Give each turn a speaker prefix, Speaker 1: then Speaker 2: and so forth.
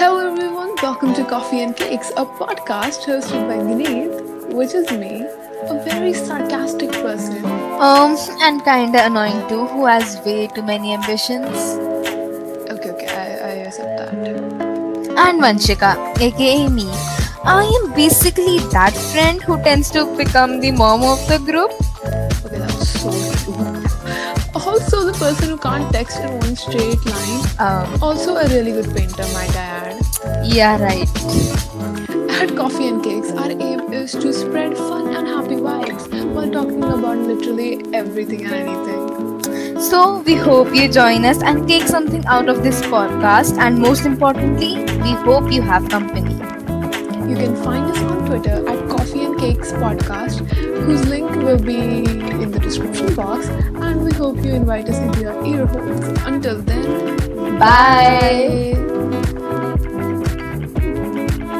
Speaker 1: Hello, everyone. Welcome to Coffee and Cakes, a podcast hosted by Vineet, which is me, a very sarcastic person.
Speaker 2: Um, and kinda annoying too, who has way too many ambitions.
Speaker 1: Okay, okay, I, I accept that.
Speaker 2: And Vanshika, aka me. I am basically that friend who tends to become the mom of the group.
Speaker 1: Okay, that's so rude. Also, the person who can't text in one straight line.
Speaker 2: Um,
Speaker 1: Also, a really good painter, might I add.
Speaker 2: yeah, right.
Speaker 1: At Coffee and Cakes, our aim is to spread fun and happy vibes while talking about literally everything and anything.
Speaker 2: So we hope you join us and take something out of this podcast. And most importantly, we hope you have company.
Speaker 1: You can find us on Twitter at Coffee and Cakes Podcast, whose link will be in the description box. And we hope you invite us into your ear holes. Until then,
Speaker 2: Bye.
Speaker 1: bye.